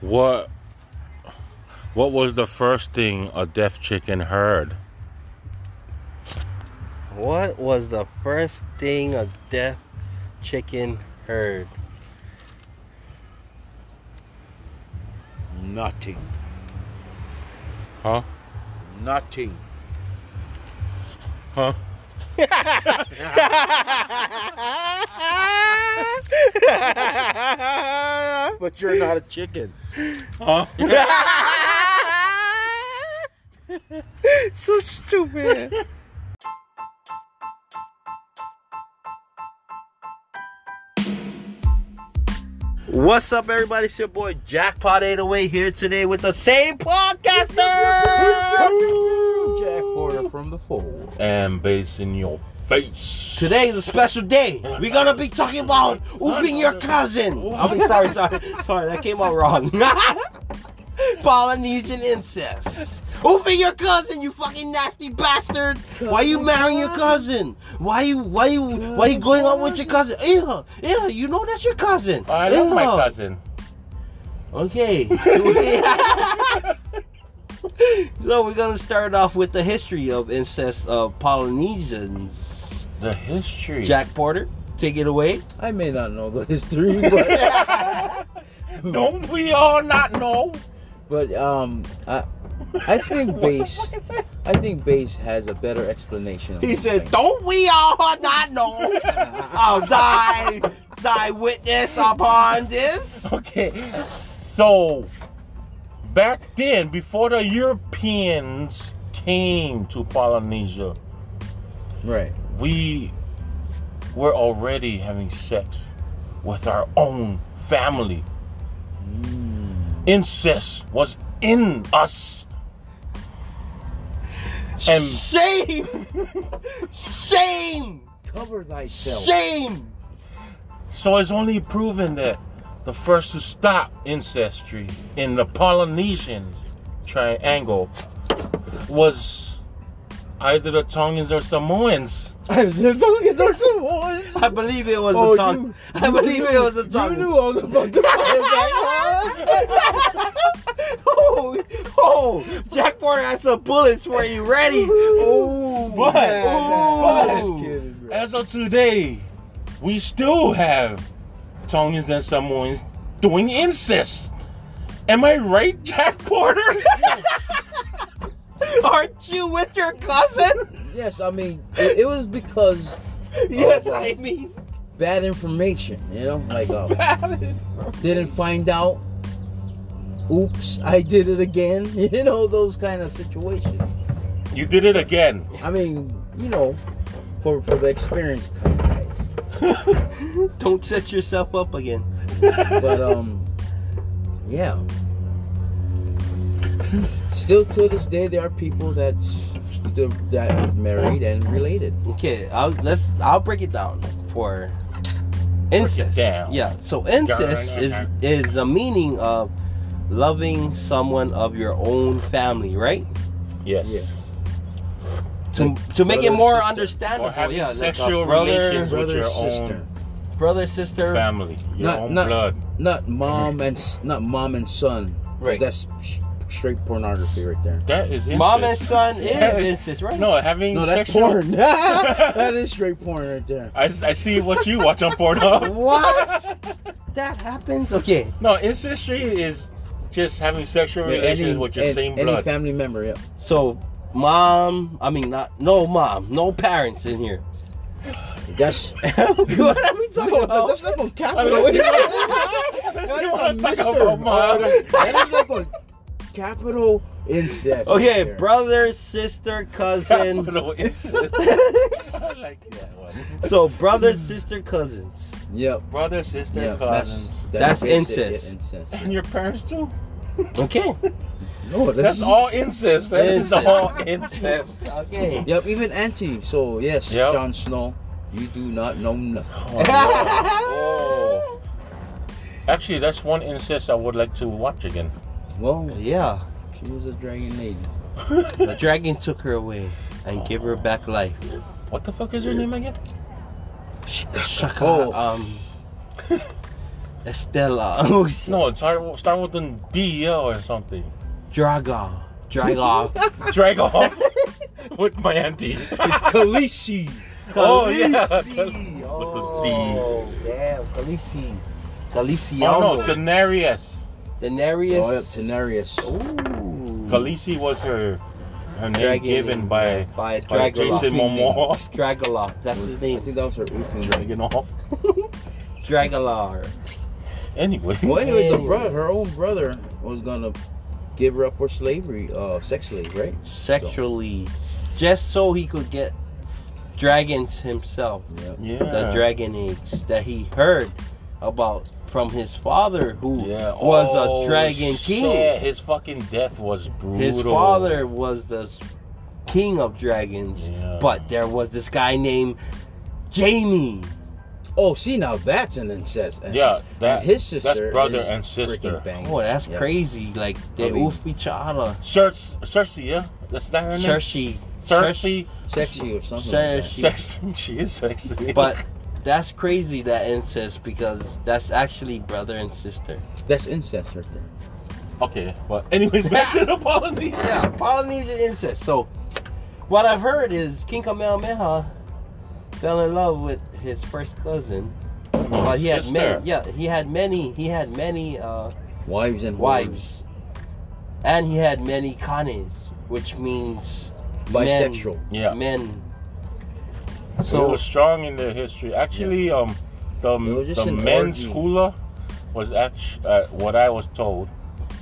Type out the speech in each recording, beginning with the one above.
What What was the first thing a deaf chicken heard? What was the first thing a deaf chicken heard? Nothing. Huh? Nothing. Huh? But you're not a chicken. Huh? so stupid. What's up, everybody? It's your boy Jackpot 808 here today with the same podcaster. Jack Porter from the fold. and bass in your face. Today is a special day. We're gonna be talking about oofing your cousin. Okay, sorry, sorry, sorry, that came out wrong. Polynesian incest. Oofing your cousin, you fucking nasty bastard! Why you marrying your cousin? Why you why you why you going on with your cousin? Ew, ew, you know that's your cousin. I love my Ew. cousin. Okay. so we're gonna start off with the history of incest of Polynesians. The history. Jack Porter, take it away. I may not know the history, but Don't we all not know? but um, I I think base I think base has a better explanation. Of He these said, things. "Don't we all not know of thy thy witness upon this?" Okay. So, back then, before the Europeans came to Polynesia, right." we were already having sex with our own family. Mm. Incest was in us. And- shame, shame, Cover thyself. shame. So it's only proven that the first to stop ancestry in the Polynesian triangle was either the Tongans or Samoans. I believe it was Oh, the tongue. you- I believe it was the You tongue. knew all about the oh, oh, Jack Porter has some bullets for you. Ready? Oh, What? Ooh. Just kidding, bro. As of today, we still have Tongans and Samoans doing incest. Am I right, Jack Porter? Aren't you with your cousin? Yes, I mean it, it was because yes, Oh, wow. I mean. bad information. You know, like um, didn't find out. Oops, I did it again. You know those kind of situations. you did it again. I mean, you know, for for the experience kind of guys. Don't set yourself up again. But um, yeah. Still to this day, there are people that still that are married and related. Okay, I'll let's I'll break it down for incest. down. Yeah. So incest Down, is down, is the meaning of loving someone of your own family, right? Yes. Yeah. To to make it brother, more sister. understandable. Or having yeah, like a sexual brother, relations with Brother, your sister, own brother, sister. family, your Not- own not- blood. not mom and s- not mom and son. 'Cause Right. That's sh- straight pornography right there. That is incest. Mom and son is Yeah. incest, right? No, having No, that's sexual. porn. that is straight porn right there. I, I see what you watch on Pornhub. What? That happens. Okay. No, ancestry is just having sexual With relations any- with your an- same any blood. family member. Yeah. So, mom. I mean, not no mom, no parents in here. That's what are we talking about? That's not gonna count. I mean, What let's see what- let's is see what I'm talking about, Mom. That is like on capital incest. Okay, right there. brother, sister, cousin. Capital incest. I like that one. so brother, sister, cousins. Yep. Brother, sister, yep. cousins. That's basic incest. incest. And your parents too? Okay. No, That's all incest. That is Incest. all incest. Okay. Yep, even anti. So yes, Yep. Jon Snow, you do not know nothing. Oh, no. Actually, that's one incest I would like to watch again. Well, yeah. she was a dragon lady. The dragon took her away and gave her back life. What the fuck is her name again? Shaka. Oh. Um. Oh, Estella. Oh, No, it's start, with- start with an DEL or something. Draga. Draga. Drag off with my auntie. It's Khaleesi. Oh, yeah. Khaleesi. With the D. Oh, yeah, Khaleesi. Galiciano. Oh no, Daenerys. Daenerys. Oh, yeah, Tenarius. Ooh. Khaleesi was her her name Dragon. given by, By by Dragaloff. Jason Momoa. Dragaloff. That's his I name. think that was her oofing name. Dragging off. Dragalar. Anyway. Well, anyway, the Anyway. brother, her own brother, was gonna give her up for slavery, uh, sex slave, right? Sexually. Just so he could get dragons himself. Yeah. Yeah. The dragon eggs that he heard about from his father who yeah. was Oh, a dragon shit, king. His fucking death was brutal. His father was the s- king of dragons. Yeah. But there was this guy named Jamie. Oh, see, now that's an incest. act. Yeah, that and his sister. that's brother is and sister. freaking banging. Oh, that's Yeah. crazy. Like they I mean- oof each other. Cersei, Cersei, yeah? That's not her name? Cersei. Cersei. Sexy or something. Sir, like that. she- Sexy. She is sexy. But that's crazy that incest because that's actually brother and sister. That's incest right there. Okay, but anyway, back to the Polynesian. Yeah, Polynesian incest. So what I've heard is King Kamehameha fell in love with his first cousin. Oh, but he had many yeah, he had many he had many uh, Wives and wives. And he had many kanes, which means whores. men- Bisexual. Yeah. men. So it So was strong in their history. Actually, um, the It was just the an men's orgy. hula was actually uh, what I was told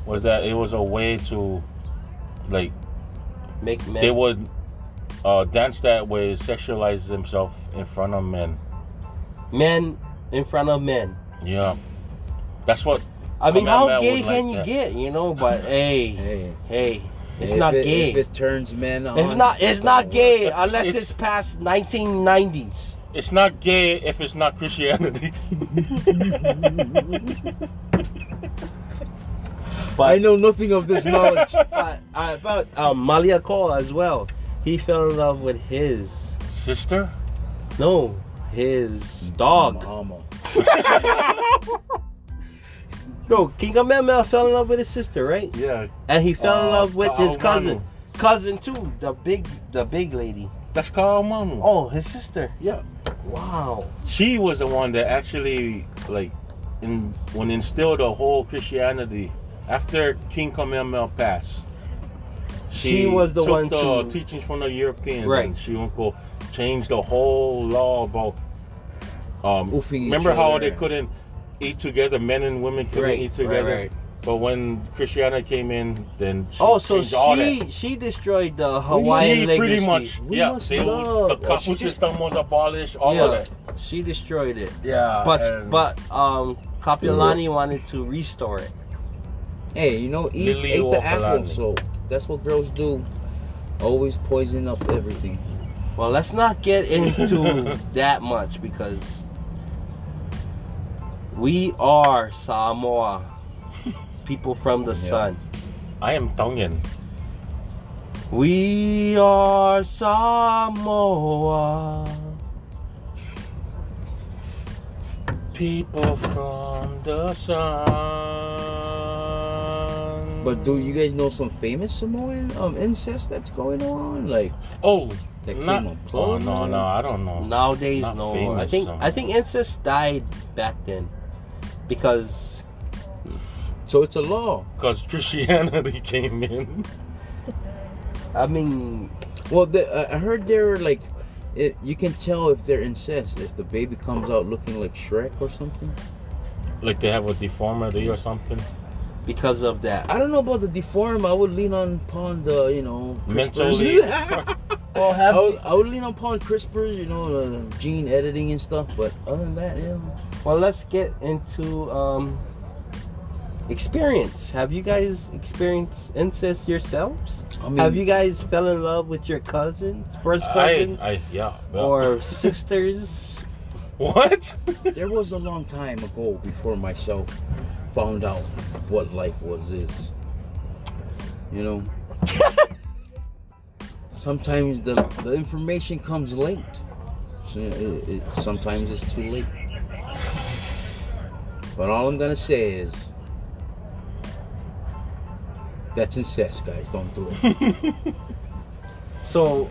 was that it was a way to, like, make men they would uh, dance that way, sexualize themselves in front of men. men in front of men. Yeah, that's what. I mean, Kamehameha how would gay like can you that. get? You know, but hey, Hey. hey, it's If not it- gay. If it turns men on. it's not. It's not gay unless It's- it's, past 1990s. It's not gay if it's not Christianity. I know nothing of this knowledge. but uh, about um, Malia Cole as well. He fell in love with his Sister, no, his dog. Mama. No, King Kamehameha fell in love with his sister, right? yeah, And he fell in Uh, love with his Ka'ahumanu. cousin, cousin too, the big, the big lady. that's Karl Manu. Oh, his sister. Yeah. Wow. she was the one that actually like in when instilled the whole Christianity after King Kamehameha passed. She, was the took one the to teachings from the Europeans Right. and she went go change the whole law about um Oofing each remember how other. they couldn't eat together men and women couldn't Right, eat right, together right. but when Christianity came in then she Oh, so changed all that. she she destroyed the Hawaiian She legacy. pretty much We yeah must they, love- the well, couple she just- system was abolished all of Yeah. that She destroyed it. yeah But and- but um Kapilani wanted to restore it. Hey, you know, eat, Lily ate the apple, Wapalani. so that's what girls do. Always poison up everything. Well, let's not get into that much because we are Samoa people from the Yeah. sun. I am Tongan We are Samoa. People from the sun. But do you guys know some famous Samoan um incest that's going on? Like oh, that not, came up oh close? no, no, I don't know. Nowadays, Not no. famous, I think so. I think incest died back then because So it's a law. Cause Christianity came in. I mean Well, the, uh, I heard they were like, it, you can tell if they're incest if the baby comes out looking like Shrek or something. Like they have a deformity or something. because of that. I don't know about the deform. I would lean on upon the you know Mentally. CRISPR. Well, I have Oh. would, I would lean upon CRISPR, you know, the gene editing and stuff. But other than that, you know. well, let's get into um experience. Have you guys experienced incest yourselves? I mean, have you guys fell in love with your cousins, first I, cousins, I, yeah. yeah. or sisters? what? There was a long time ago before myself found out what life was is. You know. sometimes the, the information comes late. So it, it, sometimes it's too late. But all I'm gonna say is that's incest, guys. Don't do it. So,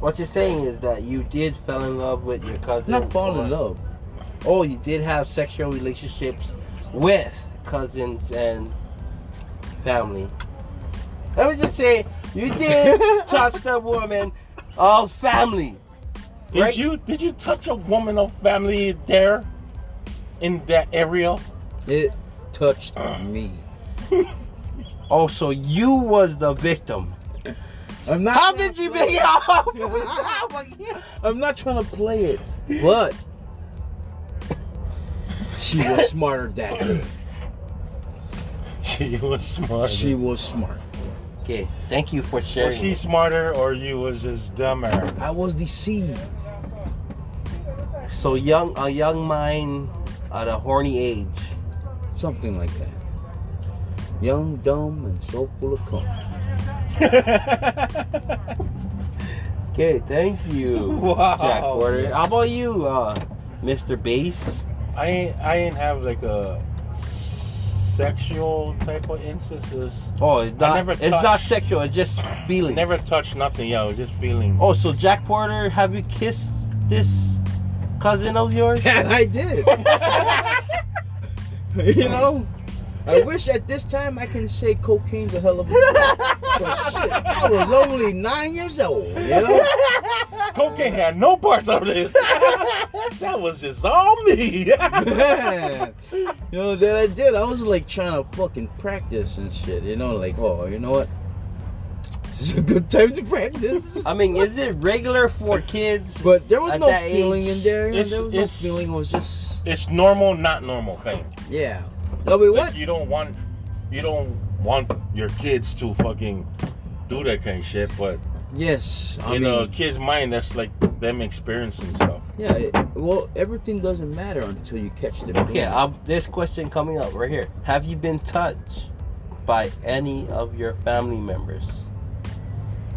what you're saying is that you did fell in love with your cousin. Not fall or- in love. Oh, you did have sexual relationships with cousins and family. Let me just say, you did touch the woman of family. Did Right. you did you touch a woman of family there in that area? It touched me. Oh, so you was the victim. I'm not. How gonna did you play- make it up? Oh my God. I'm not trying to play it, but she was smarter that day. She was smart. She was smart. okay, thank you for sharing. was she it. smarter or you was just dumber? I was deceived. So young, a young mind at a horny age. Something like that. Young, dumb, and so full of cum. Okay, thank you, Wow. Jack Porter. How about you, uh, Mr. Bass? I ain't I ain't have like a sexual type of instances. Oh, it's I not, never it's not touched. sexual. It's just feeling. Never touched nothing, yeah, I was just feeling. Oh, so Jack Porter, have you kissed this cousin of yours? And I did. you know? I wish at this time I can say cocaine's a hell of a drug. But shit, I was only nine years old, you know? Cocaine had no parts of this. that was just all me. Man. You know that I did. I was like trying to fucking practice and shit. You know, like oh, you know what? This is a good time to practice. I mean, is it regular for kids? But there was At no that feeling age, in there. it's- there was no it's- feeling. It was just it's normal, not normal thing. yeah. No, wait, Like, what? you don't want you don't want your kids to fucking do that kind of shit, but Yes, I in mean, a kid's mind that's like them experiencing stuff. yeah. It, well, everything doesn't matter until you catch them. okay, i this question coming up right here. Have you been touched by any of your family members?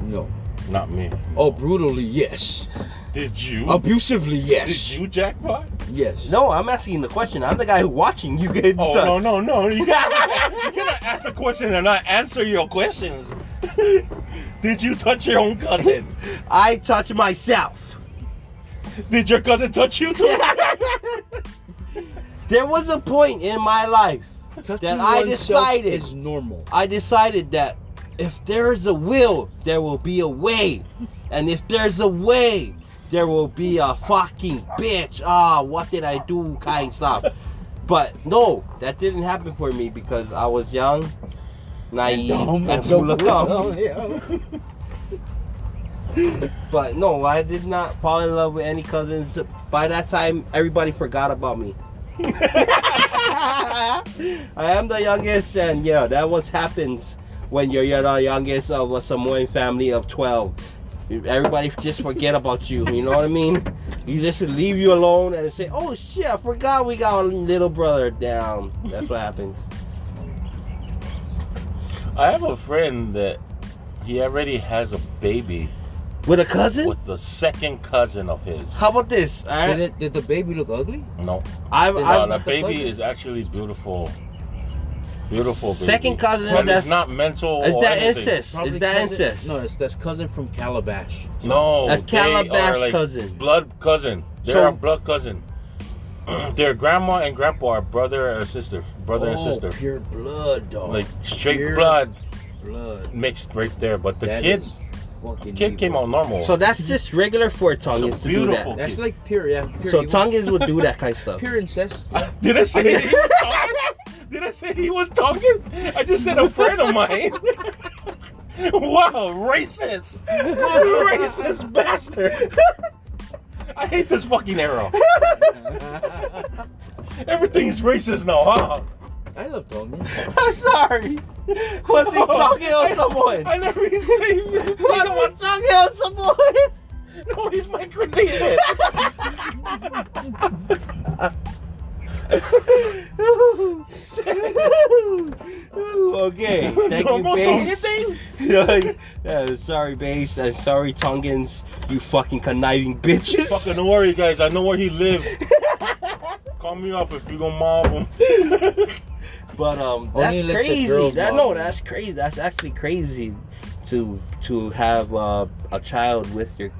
no. Not me. Oh, brutally, yes. Did you Abusively, did yes. you jackpot? Yes. No, I'm asking the question. I'm the guy who watching you get Oh touched. no no no! You cannot, you cannot ask the question and not answer your questions. Did you touch your own cousin? I touch myself. Did your cousin touch you too? There was a point in my life Touching Then I oneself decided- is normal. I decided that if there is a will, there will be a way. And if there's a way, there will be a fucking bitch. Ah, what did I do? Kind stuff. But no, that didn't happen for me because I was young, naive, Dumb, and so full of cum. dumb, yeah. But no, I did not fall in love with any cousins. By that time, everybody forgot about me. I am the youngest, and yeah, that what happens when you're, you're the youngest of a Samoan family of 12. Everybody just forget about you, you know what I mean? You just leave you alone and say, oh shit, I forgot we got a little brother down. That's what happens. I have a friend that he already has a baby With a cousin? with the second cousin of his. How about this? Did, I, it, did the baby look ugly? No, I've, no, I've, the not the baby cousin. is actually beautiful. Beautiful baby. Second cousin, and that's- it's not mental. is or that anything. incest? Is Probably that cousin- incest? No, it's that's cousin from Calabash. No, A they Calabash are like cousin. blood cousin. They're So- a blood cousin. Their grandma and grandpa are brother or sister, brother oh, and sister, pure blood, dog. like straight pure blood blood. mixed right there. But the That kid, is fucking kid came evil. out normal. So that's just regular for Tongues So to do beautiful. that. That's like pure, yeah. Pure So evil. Tongues would do that kind of stuff. pure incest. did I say he was talking? Did I say he was talking? I just said a friend of mine. wow, racist, racist bastard. I hate this fucking era. I Everything's racist now, huh? love Tommy. I'm sorry. Was he talking on someone? I never even say he was talking Was on he talking on someone? No, he's my creation. okay, thank No you, more Bass. talking yeah, sorry, Bass. and sorry, Tongans. You fucking conniving bitches. Fucking don't worry, guys. I know where he lives. Call me up if you gonna mob them. But um, Only that's let the crazy. girls That model. no, that's crazy. That's actually crazy to to have uh, a child with your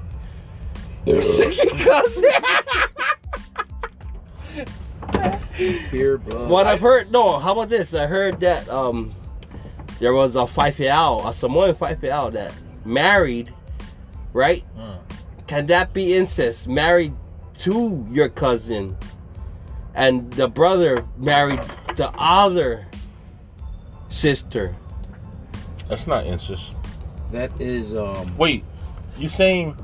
your second cousin. Pure blood. what I've heard, no. How about this? I heard that um, there was a fifeal, a Samoan fifeal that married, right? Hmm. Mm. Can that be incest? Married to your cousin, and the brother married the other sister. That's not incest. That is um. Wait, you saying?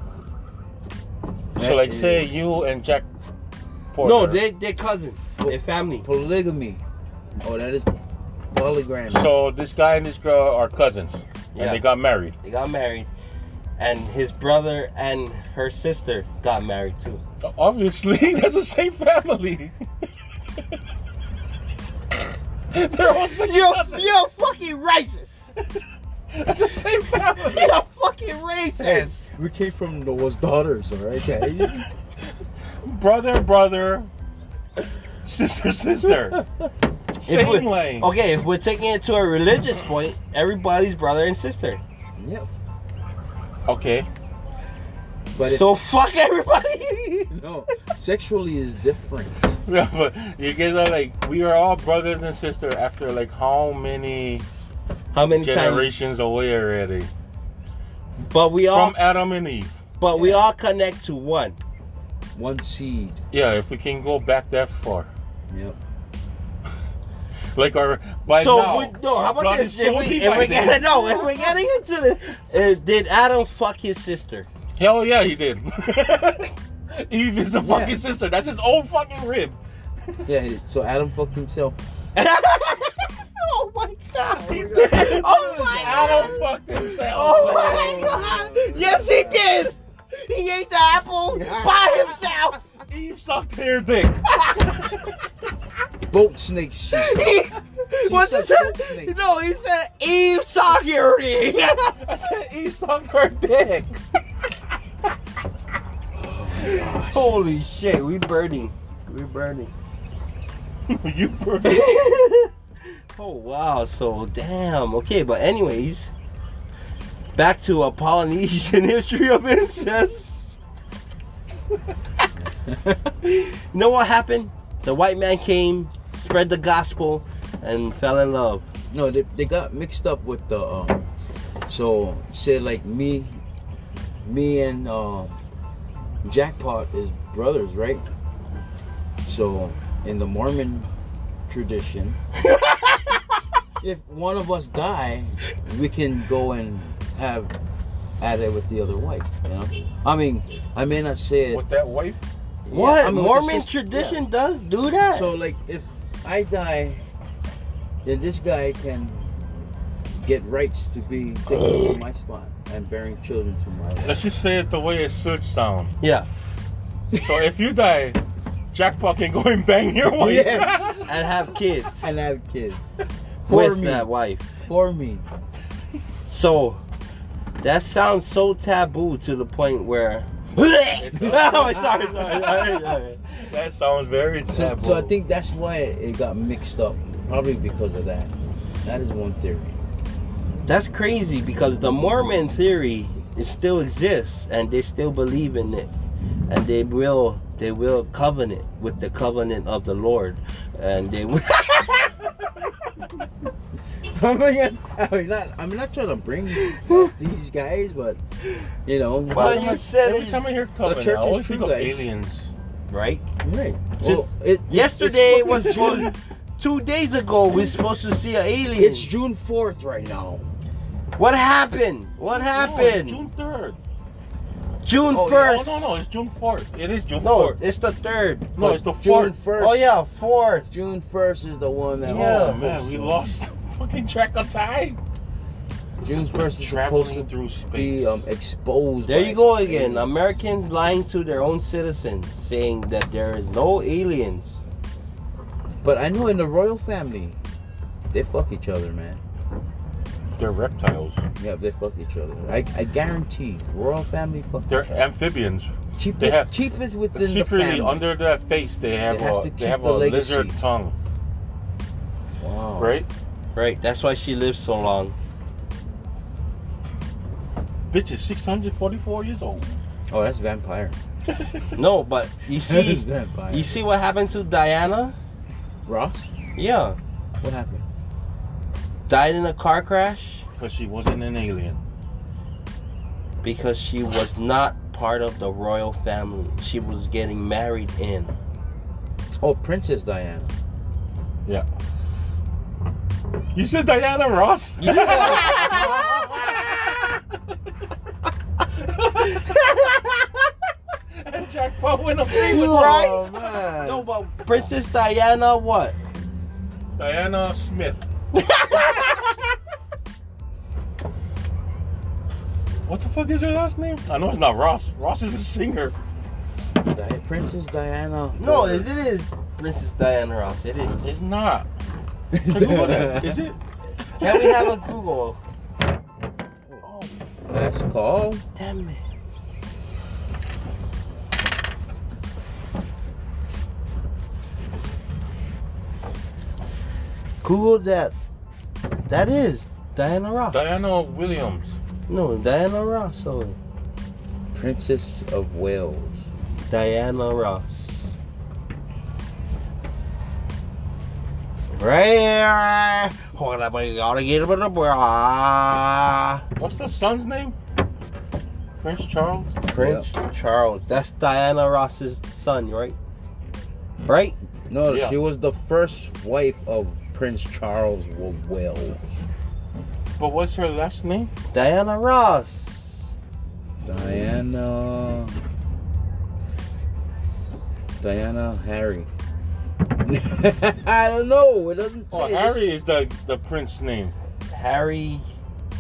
that so like, is say you and Jack. Porter. No, they they cousins, they family. polygamy. Oh, that is polygram. So this guy and this girl are cousins, and Yeah. they got married. They got married, and his brother and her sister got married too. Obviously, that's the same family. They're all same You're cousins. you're fucking racist. That's the same family. You're fucking racist. we came from those daughters, all right? Okay. Brother, brother, sister, sister. If we- Same lane. Okay, if we're taking it to a religious point, everybody's brother and sister. yep. Okay. But so fuck everybody. it, no, sexually is different. Yeah, but you guys are like we are all brothers and sister after like how many How many generations away already times? But we all from Adam and Eve. but we all connect to one. One seed. Yeah, if we can go back that far, Yep. like our by so now. we, no, how about blood this? is If so we deep if by we're then. getting no, if we're getting into this, uh, did Adam fuck his sister? Hell yeah, he did. Eve is a Yeah. fucking sister. That's his own fucking rib. Yeah. it- So Adam fucked himself. oh my god! He did. Oh my Adam God. fucked himself. Oh my god! Yes, he did! He ate the apple by himself! Eve sucked her dick. Boat snakes. she saw. He, what said did that? both things. No, he said Eve saw Yuri! I said Eve sucked her dick. Holy shit, we burning. We burning. you per- oh wow, so damn. Okay, but anyways, back to a Polynesian history of incest. you know what happened? The white man came, spread the gospel, and fell in love. No, they, they got mixed up with the. Um, so say like me, me and um, Jackpot is brothers, right? So in the Mormon tradition, if one of us die, we can go and have at it with the other wife. You know, I mean, I may not say it. with that wife. yeah, What? I mean, with the Mormon sis- yeah. tradition does do that? So like if I die, then this guy can get rights to be taken to my spot and bearing children to my Let's wife. just say it the way it should sound. yeah. So if you die, Jackpot can go and bang your wife. Yes. And have kids And have kids. For with me. that wife. For me. So that sounds so taboo to the point where. oh, sorry, sorry, sorry, sorry. that sounds very So, taboo. so I think that's why it got mixed up. Probably because of that. That is one theory. That's crazy because the Mormon theory it still exists and they still believe in it, and they will they will covenant with the covenant of the Lord, and they will. I mean, I'm not, I'm not trying to bring up these guys, but you know, Well, you said every it- time I hear covenant, I church is always think of true, like- aliens. right. right. So- Well, it- Yesterday it's was fucking supposed, two days ago. We are supposed to see an alien. It's June 4th right now. what happened? What happened? No, June third. June Oh, Oh first. no no, it's June fourth. It is June No, fourth. it's the third. No, it's the June fourth. 1st. Oh yeah, fourth. June 1st is the one that. Yeah. Oh man, we lost fucking track of time. June 1st is Traveling supposed to through be space. um, exposed. There by you go aliens. again. Americans lying to their own citizens, saying that there is no aliens. But I know in the royal family, they fuck each other, man. They're reptiles. Yeah, they fuck each other. I, I guarantee, royal family fuck. They're each other. amphibians. Cheap, they have- cheapest within the Secretly family. under their face, they have, They have a to they have keep a the legacy. Oh. lizard tongue, wow. right? Right. That's why she lives so long. Bitch is 644 years old. Oh, that's vampire. No, but you That is see, vampire. you see what happened to Diana? Ross? Yeah, What happened? died in a car crash Because she wasn't an alien. because she was not part of the royal family. She was getting married in. Oh, Princess Diana. You said Diana Ross? and Jack Paul went up three with Right. Oh, man. No, but Princess Diana, what? Diana Smith. What the fuck is her last name? I know it's not Ross. Ross is a singer. Di- Princess Diana. No, it it is Princess Diana Ross. It is. It's not. Google that. Is That's it? Can we have a Google? called. Damn it. Google that. That is Diana Ross. Diana Williams. no, Diana Ross. Oh, Princess of Wales. Diana Ross. Right here. Hold up, I gotta get it with the bra. What's the son's name? Prince Charles? Prince Charles. That's Diana Ross's son, right? Right? No, Yeah. she was the first wife of Prince Charles of Wales. But what's her last name? Diana Ross. Diana. Diana Harry. I don't know. It doesn't Oh, say. Harry is the, the prince's name. Harry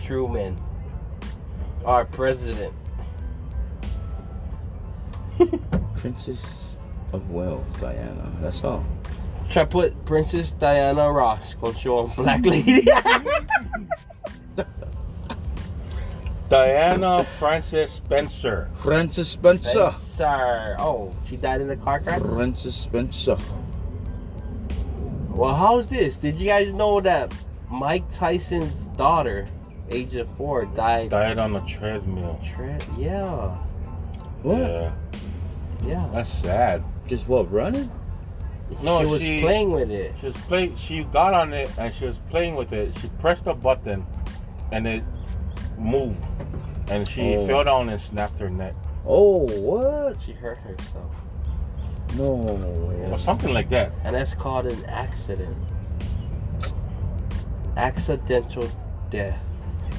Truman. Our president. Princess of Wales, Diana. That's all. Try put Princess Diana Ross. Gonna show him Black Lady. Diana Frances Spencer. Princess Spencer. Sir. Oh, she died in a car crash? Princess Spencer. Well, how's this? Did you guys know that Mike Tyson's daughter, age of four, died? Died on a treadmill. Tra- yeah. What? Yeah, Yeah. that's sad. Just what? Running? No, she was she- playing with it. She was play. She got on it and she was playing with it. She pressed a button, and it moved, and she Oh. fell down and snapped her neck Oh, what? She hurt herself. No or way. something like that. and that's called an accident. Accidental death.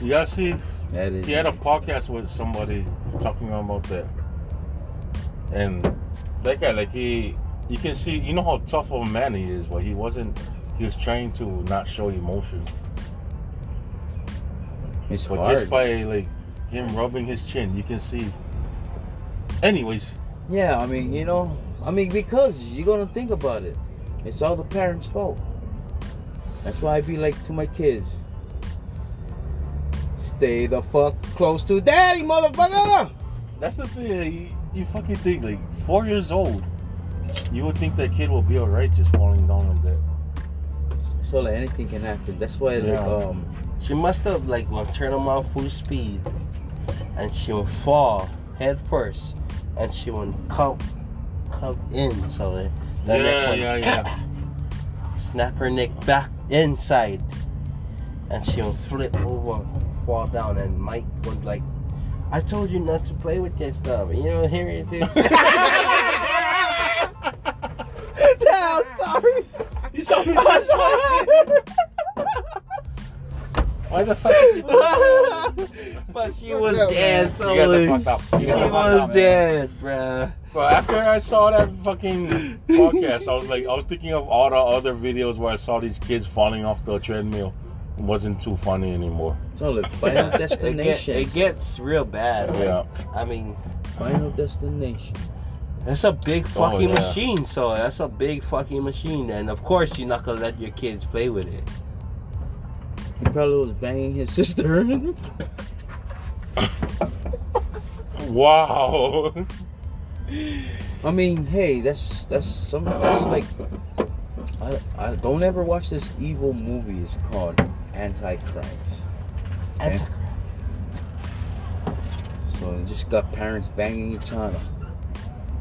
You gotta see. That is. He had a podcast with somebody talking about that, and that guy, like he, you can see, you know how tough of a man he is, but he wasn't. He was trying to not show emotion, It's but hard. just by like him rubbing his chin, you can see. Anyways, Yeah, I mean, you know, I mean, because you're gonna think about it. It's all the parents' fault. That's why I be like to my kids. Stay the fuck close to daddy, motherfucker! That's the thing. like, You, you fucking think like four years old. You would think that kid will be alright just falling down like that. So like anything can happen. That's why like Yeah. um She must have like gonna turn them on full speed, and she will fall head first, and she will come, come in. So that the Yeah, neck yeah, will yeah. snap her neck back inside, and she will flip over, fall down, and Mike was like, "I told you not to play with that stuff. You don't hear it, dude." Damn, sorry. you saw me. I'm sorry. Why the fuck? Did you do that? but she was Fuck up, dead, You man. guys are so fucked up. You she guys are fucked was up, man. dead, bruh. Bro, after I saw that fucking podcast, I was like, I was thinking of all the other videos where I saw these kids falling off the treadmill. It wasn't too funny anymore. so like final It, get, destination. it gets real bad. like, Yeah. I mean, Final destination. that's a big Oh, fucking yeah. machine. So that's a big fucking machine, and of course you're not gonna let your kids play with it. He probably was banging his sister. Wow. I mean, hey, that's that's some that's like I, I don't ever watch this evil movie. It's called Antichrist. okay? So it just got parents banging each other.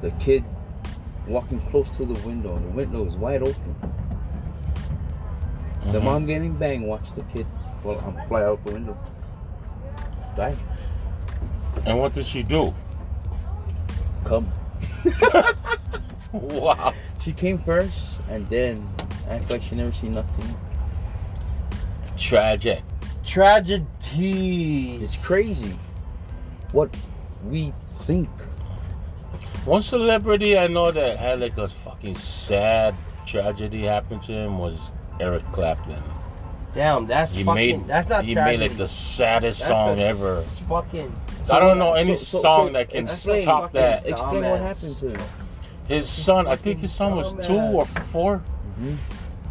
The kid walking close to the window. The window is wide open. Uh-huh. The mom getting banged. Watch the kid. Well, I'm fly out the window. Die. And what did she do? Come. Wow. She came first, and then act like she never seen nothing. Tragic. Tragedy. It's crazy. What we think. One celebrity I know that had like a fucking sad tragedy happen to him was Eric Clapton. Damn, that's He fucking. made that's not he tragedy. made like the saddest That's song the ever. s- Fucking. I don't know any So- so- song so that can explain- top that. Explain Dumbass. what happened to him. His son, I think his son was two or 4 Mm-hmm. Mhm.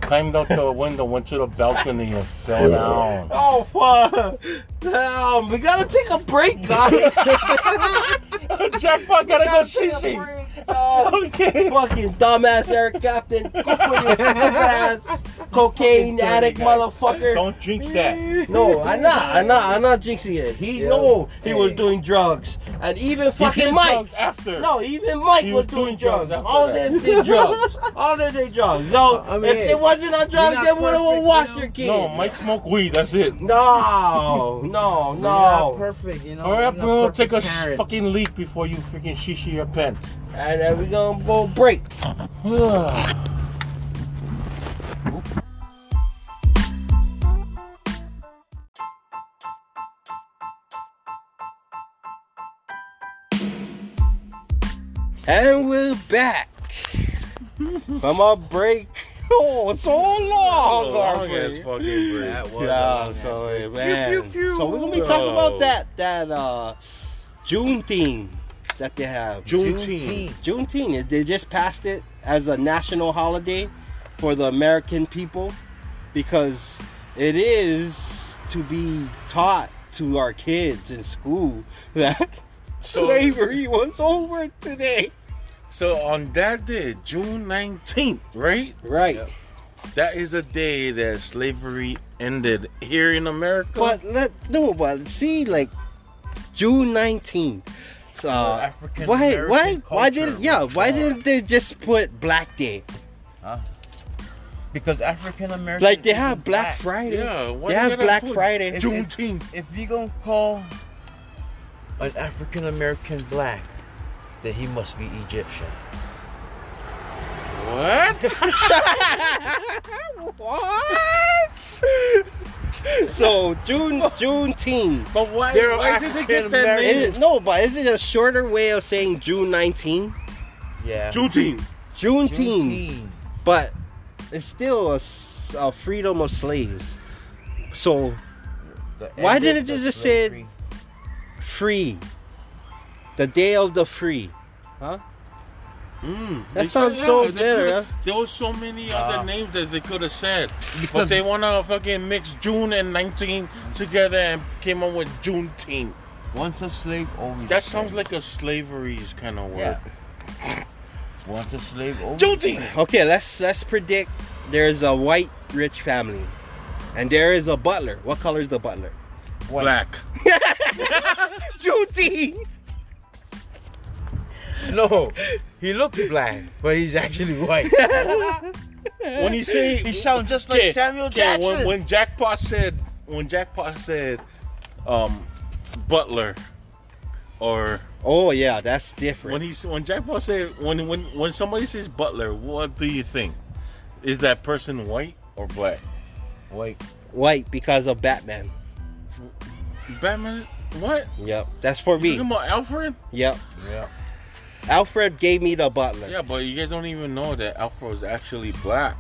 climbed out the window, went to the balcony, and fell down. Oh fuck! Damn, we gotta take a break, guys. Jackpot gotta go Gotta take a shishing. break, dog. Okay. fucking dumbass Eric Clapton. Go for your stupid ass cocaine Fucking addict dirty guy. motherfucker. Don't drink that. No, I'm not. I'm not. I'm not jinxing it. He Yeah. know he was Hey. doing drugs, and even He fucking did Mike. drugs After. No, even Mike He was, was doing, doing drugs. drugs after All that. them did drugs. All them did drugs. No, I mean, if they wasn't on drugs, not they would have perfect, watched you their know? kid. No, Mike smoked weed. That's it. No, no, We're not no. perfect, you know. Hurry up, we're not bro. Take perfect a parents. fucking leak before you freaking shishi your pants. And then we gonna go break. And we're back from our break. Oh, it's so long, Garfield. That was Yeah, a- so uh, pew, man. pew. So we're gonna be talking about Oh. that that uh June theme that they have. Juneteenth. Juneteenth. They just passed it as a national holiday for the American people because it is to be taught to our kids in school that So- slavery was over today. So on that day, June 19th, right? Right. Yep. That is a day that slavery ended here in America. But let no, but see, like June nineteenth. So African why, why, American why culture did yeah? was Why born. didn't they just put Black Day? Because African American. Like they have isn't Black Friday. yeah, why they you have gotta Black put Friday. It's- Juneteenth. If you gonna call an African American black, then he must be Egyptian. What? what? so June Juneteenth. but why, They're why did they get that African-American. It name? is, no, but is it a shorter way of saying June nineteenth? Yeah. Juneteenth. Juneteenth. but it's still a, s- a freedom of slaves. So The Why end didn't of you the just say- slavery. free, the day of the free. Mm, That they sounds said, so yeah, they better, coulda- huh? There was so many Ah. other names that they could have said, but Because- they want to fucking mix June and 19 together and came up with Juneteenth. Once a slave, always. That a sounds slave. like a slavery's kind of word. Yeah. Once a slave, always. Juneteenth. Okay, let's let's predict. There's a white rich family, and there is a butler. What color is the butler? White. Black. Juneteenth. No, he looked black, but he's actually white. When you say he sounds just like Yeah, Samuel yeah, Jackson. when, when Jackpot said when Jackpot said um Butler or Oh yeah, that's when different. he when Jackpot said when when when somebody says Butler, what do you think? Is that person white or black? White. White because of Batman. Batman what? Yep, that's for You talking me. about Alfred? Yep, Yeah. Alfred gave me the butler. Yeah, but you guys don't even know that Alfred was actually black.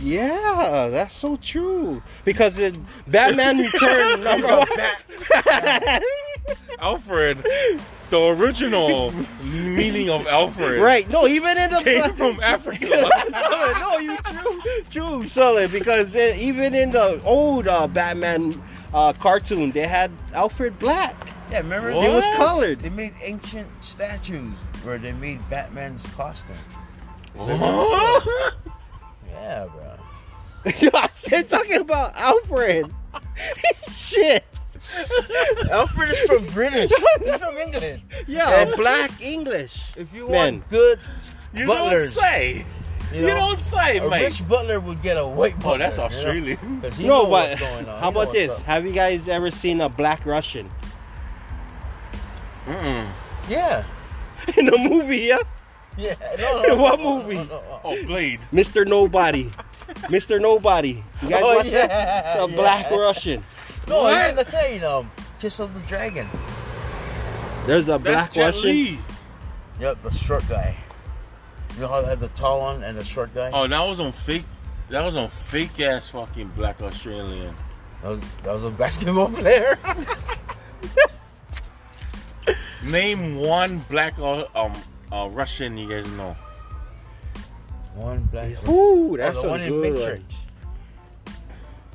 Yeah, that's so true. Because in Batman Return number one. Alfred the original meaning of Alfred Right. No, even in the came from Africa. no, no, you true, true, Sully, because uh, even in the old uh, Batman uh, cartoon, they had Alfred Black. Yeah, remember What? It was colored. They made ancient statues where they made Batman's costume. Huh? Yeah, bro. I said talking about Alfred. Shit. Alfred is from British. He's from England. Yeah, black English. If you Man. want good, you Butlers. don't say. you You, know, don't say, a mate. rich butler would get a white butler. oh, that's you know, Australian. 'cause he No, know but what's going on. He how know about what's this? up. Have you guys ever seen a black Russian Mm-mm. Yeah. in a movie? Yeah, Yeah. No, no, no, What no, no, movie? no, no, no. Oh, Blade. Mr. Nobody. Mr. Nobody. You guys Oh, watch that? yeah, A black yeah. Russian. No, What? even the thing, um, Kiss of the Dragon. There's a That's black Jet Russian. Li. Yep, the short guy. You know how they had the tall one and the short guy? Oh, that was on fake. That was on fake ass fucking black Australian. That was, that was a basketball player. Name one black Au- um uh, Russian you guys know. one black. Ooh, Oh, that's the a one in good Big one. Church.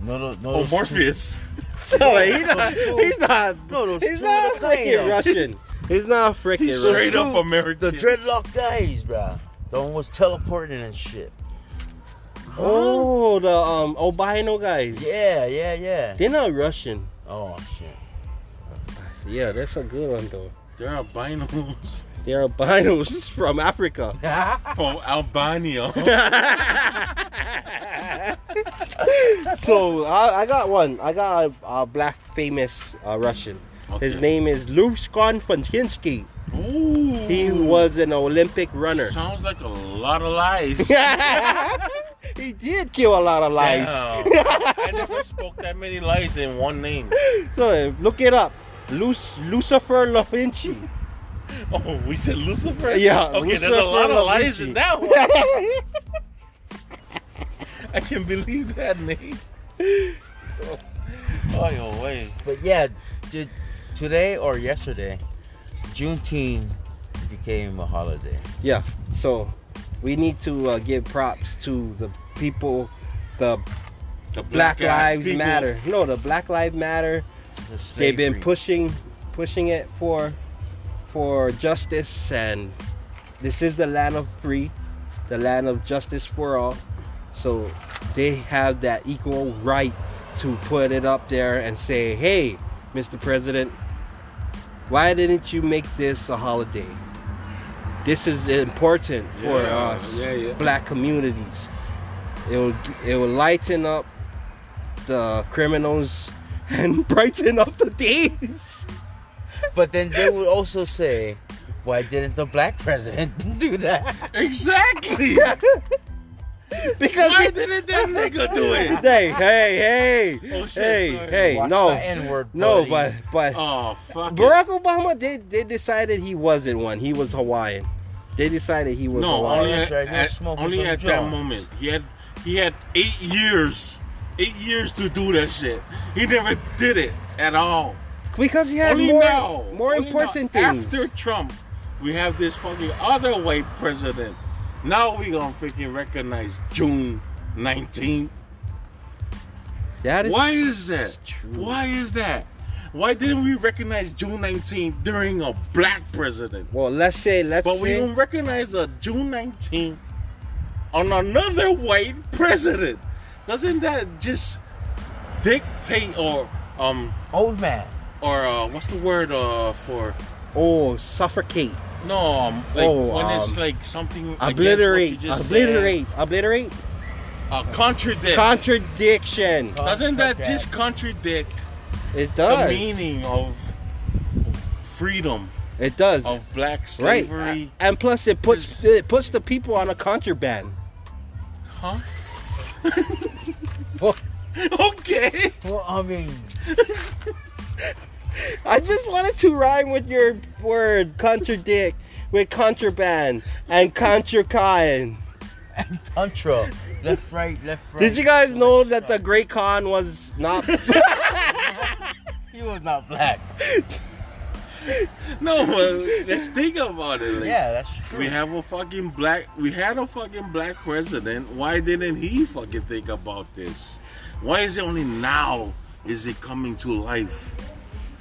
No, no, no. Oh, those two- Morpheus. No, he's not. Those two- He's not. No, those He's two not of the clan, freaking though. Russian. He's not He's freaking straight Russian. up The American. dreadlock guys, bruh. The one was teleporting and shit. Oh, the um albino guys. Yeah, yeah, yeah. They're not Russian. Oh shit. Yeah, that's a good one though. They're albinos They're albinos from Africa. from Albania. so I, I got one. I got a, a black famous uh, Russian. His Okay. name is Luke Konfantinsky. Ooh. He was an Olympic runner. Sounds like a lot of lies. he did kill a lot of lives. Damn. I never spoke that many lies in one name. So eh, look it up. Luc- Lucifer Lavinci. Oh, we said Lucifer. Yeah, Okay, there's Lucifer a lot of lies Lavinci. in that one. I can't believe that name. So, oh your way. But yeah, did today or yesterday, Juneteenth became a holiday. yeah. So we need to uh, give props to the people, the The Black, eyes Lives people. Matter. No, the Black Lives Matter. The They've been slavery. pushing, pushing it for, for justice, and this is the land of free, the land of justice for all. So they have that equal right to put it up there and say, "Hey, Mr. President, why didn't you make this a holiday? This is important for Yeah, us, yeah, yeah. black communities. It will it will lighten up the criminals and brighten up the days. But then they would also say, why didn't the black president do that? Exactly. because Why it- didn't that nigga do it? hey, hey, hey, Oh, shit, hey, sorry. hey, Watch no, the N-word, no, buddy. but but Oh fuck. it. Barack Obama they they decided he wasn't one. He was Hawaiian. They decided he was No, Hawaiian. only That's at, right, he was at- smoking only some at that joints. moment. He had he had eight years, eight years to do that shit. He never did it at all. because he had only more now, more only now, important things. After Trump, we have this fucking other white president. Now we gonna freaking recognize June 19th. that Why is that? true. Why is that? Why didn't we recognize June 19th during a black president? Well, let's say let's But we say don't recognize a June 19th on another white president. Doesn't that just dictate or um Old man. or uh, what's the word uh for oh suffocate, no um, like Oh, when it's um, like something obliterate, against what you just obliterate, obliterate, said, uh, contradict. contradiction. Doesn't that Contract. just contradict It Uh, the does. meaning of freedom It does. of black right. slavery? And plus, it puts is- it puts the people on a contraband. Huh? Well, Okay. well, I mean, I just wanted to rhyme with your word contradict with contraband and contrakind. contra. Left, right, left, right. Did you guys know that the Great Khan was not He was not black. No, but let's think about it. Like, yeah, that's true. We have a fucking black. We had a fucking black president. Why didn't he fucking think about this? Why is it only now is it coming to life?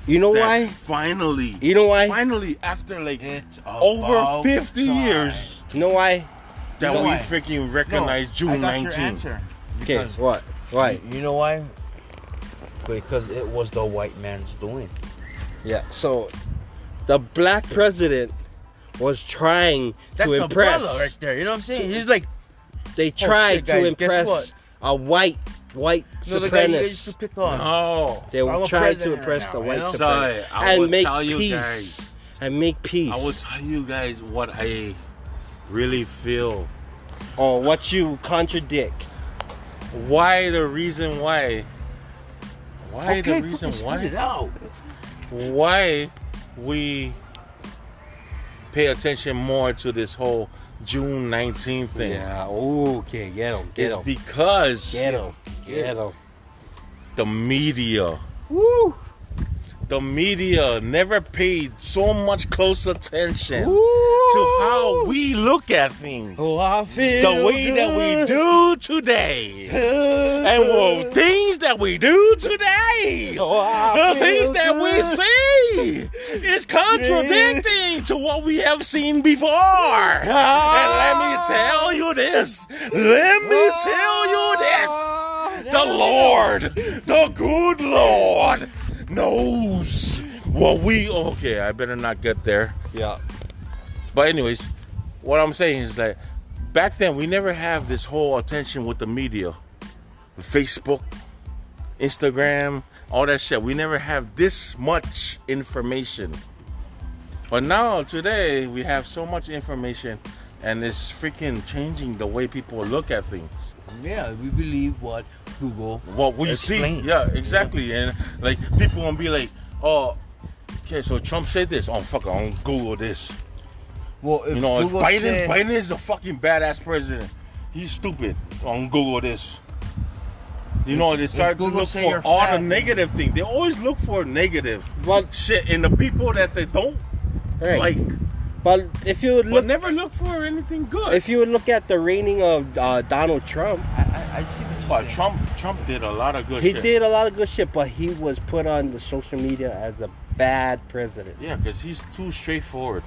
you know that why? Finally. You know why? Finally, after like It's over about 50 time. years, You know why? that know we why? freaking No, recognize I June got your 19th. answer. Okay, Because- what? Why? You, you know why? Because it was the white man's doing. Yeah. So, the black president was trying That's to a impress. brother right there. You know what I'm saying? He's like, They tried shit, guys, to guess impress what? a white white you know, the guy you used supremacist. to pick on. No. They I'm a tried to president impress now, the you white know? Sorry, supremacists I will and make tell you peace guys. and make peace. I will tell you guys what I really feel. or what you contradict. Why the reason why? Why Okay, the reason fucking spit why? it out. why we pay attention more to this whole June 19th thing Yeah. Okay. Get him. Get is him. because Get him. Get him. the media, Woo. the media never paid so much close attention to To how we look at things. Oh, I feel The way that we do today. And well, things that we do today. Oh, The I feel things that we good. see is contradicting to what we have seen before. And Ah. let me tell you this. Let me tell you this. Ah, The Lord, the good Lord, knows what we. Okay, I better not get there. Yeah. But, anyways, what I'm saying is that back then we never have this whole attention with the media, the Facebook, Instagram, all that shit. We never have this much information. But now today we have so much information, and it's freaking changing the way people look at things. Yeah, we believe what Google. What we Explain. see, yeah, exactly. And like people gonna be like, oh. Okay, so Trump said this. Oh fuck! I'm gonna Google this. Well, if You know, Google Biden. said- Biden is a fucking badass president. He's stupid. On Google this. You know, they start to Google look say for you're all fat, the man. negative things. They always look for negative But shit in the people that they don't right. like, but if you would but look never look for anything good. if you would look at the reigning of uh, Donald Trump, I, I, I see what Oh, you're saying. Trump, Trump did a lot of good. he shit. did a lot of good shit, but he was put on the social media as a bad president. Yeah, because he's too straightforward.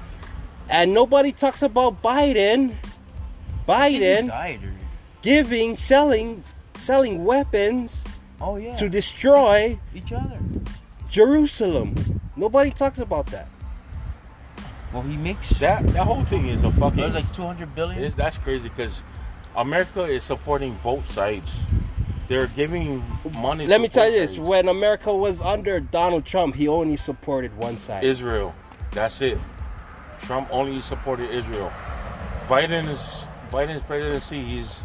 And nobody talks about Biden. He Biden died or- giving, selling, selling weapons Oh yeah. to destroy each other. Jerusalem. Nobody talks about that. Well, he makes That that whole thing is a It fucking. was like 200 billion. It's, that's crazy because America is supporting both sides. They're giving money. Let to me tell both you this: sides. when America was under Donald Trump, he only supported one side. Israel. That's it. Trump only supported Israel. Biden's Biden's presidency, he's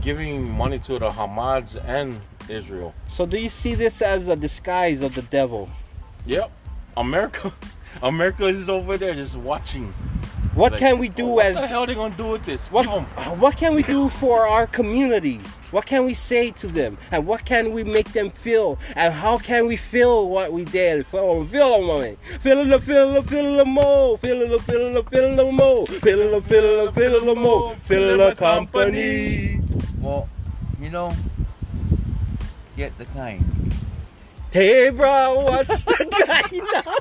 giving money to the Hamas and Israel. so, do you see this as a disguise of the devil? Yep. America America is over there just watching. What Like, can we do what as the hell they gonna do with this? what, Give 'em- what can we do for our community? What can we say to them? And what can we make them feel? And how can we feel what we did? Feel feel them, feel the feel the feel the mo, feel the feel the feel the mo, feel the feel the feel the mo, feel the company. well, you know, get the kind. Hey, bro, what's the guy now?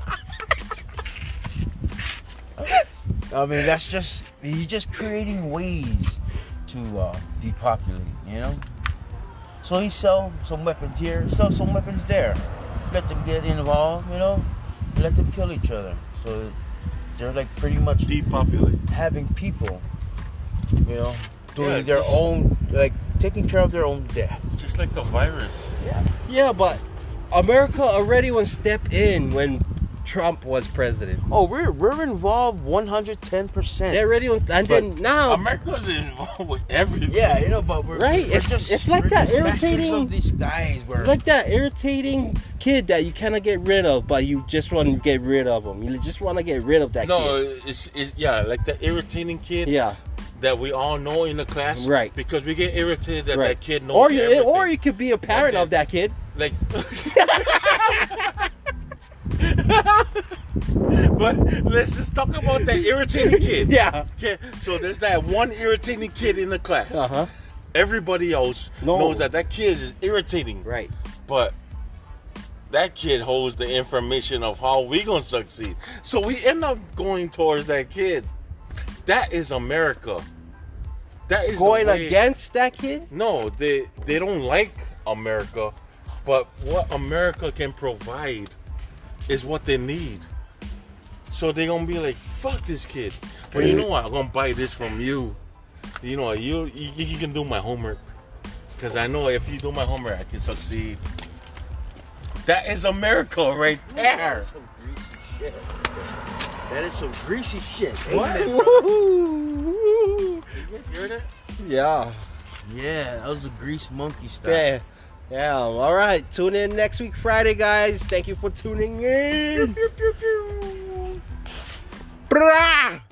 I mean, that's just he's just creating ways to uh, depopulate, you know. So he sell some weapons here, sell some weapons there. Let them get involved, you know. Let them kill each other. So they're like pretty much Depopulate. having people, you know, doing Yeah, their just- own, like taking care of their own death. Just like the virus. Yeah, but America already was step in when Trump was president. Oh, we're we're involved 110 percent. They already was, and then now America's involved with everything. Yeah, you know, but we're Right, We're it's- just, it's like we're that just masters irritating- of these guys where like that irritating kid that you cannot get rid of, but you just want to get rid of him. You just want to get rid of that No, it's, it's yeah, like the irritating kid. kid. Yeah, that we all know in the class. Right. Because we get irritated that right. that kid knows or you, everything. or you could be a parent of that kid. like but let's just talk about that irritating kid. Yeah. Okay, so there's that one irritating kid in the class. Uh huh. Everybody else No. knows that that kid is irritating, Right. but that kid holds the information of how we gonna succeed. So we end up going towards that kid. That is America. That is the Going way- against that kid? No, they they don't like America, but what America can provide is what they need. So they gonna be like, "Fuck this kid," but you know what? I'm gonna buy this from you. You know, you you, you can do my homework because I know if you do my homework, I can succeed. That is America right there. That's some greasy shit. That is some greasy shit. What? Amen. Woohoo! Yeah. Yeah, that was a grease monkey style. Yeah. Yeah. All right. Tune in next week, Friday, guys. Thank you for tuning in. Brah!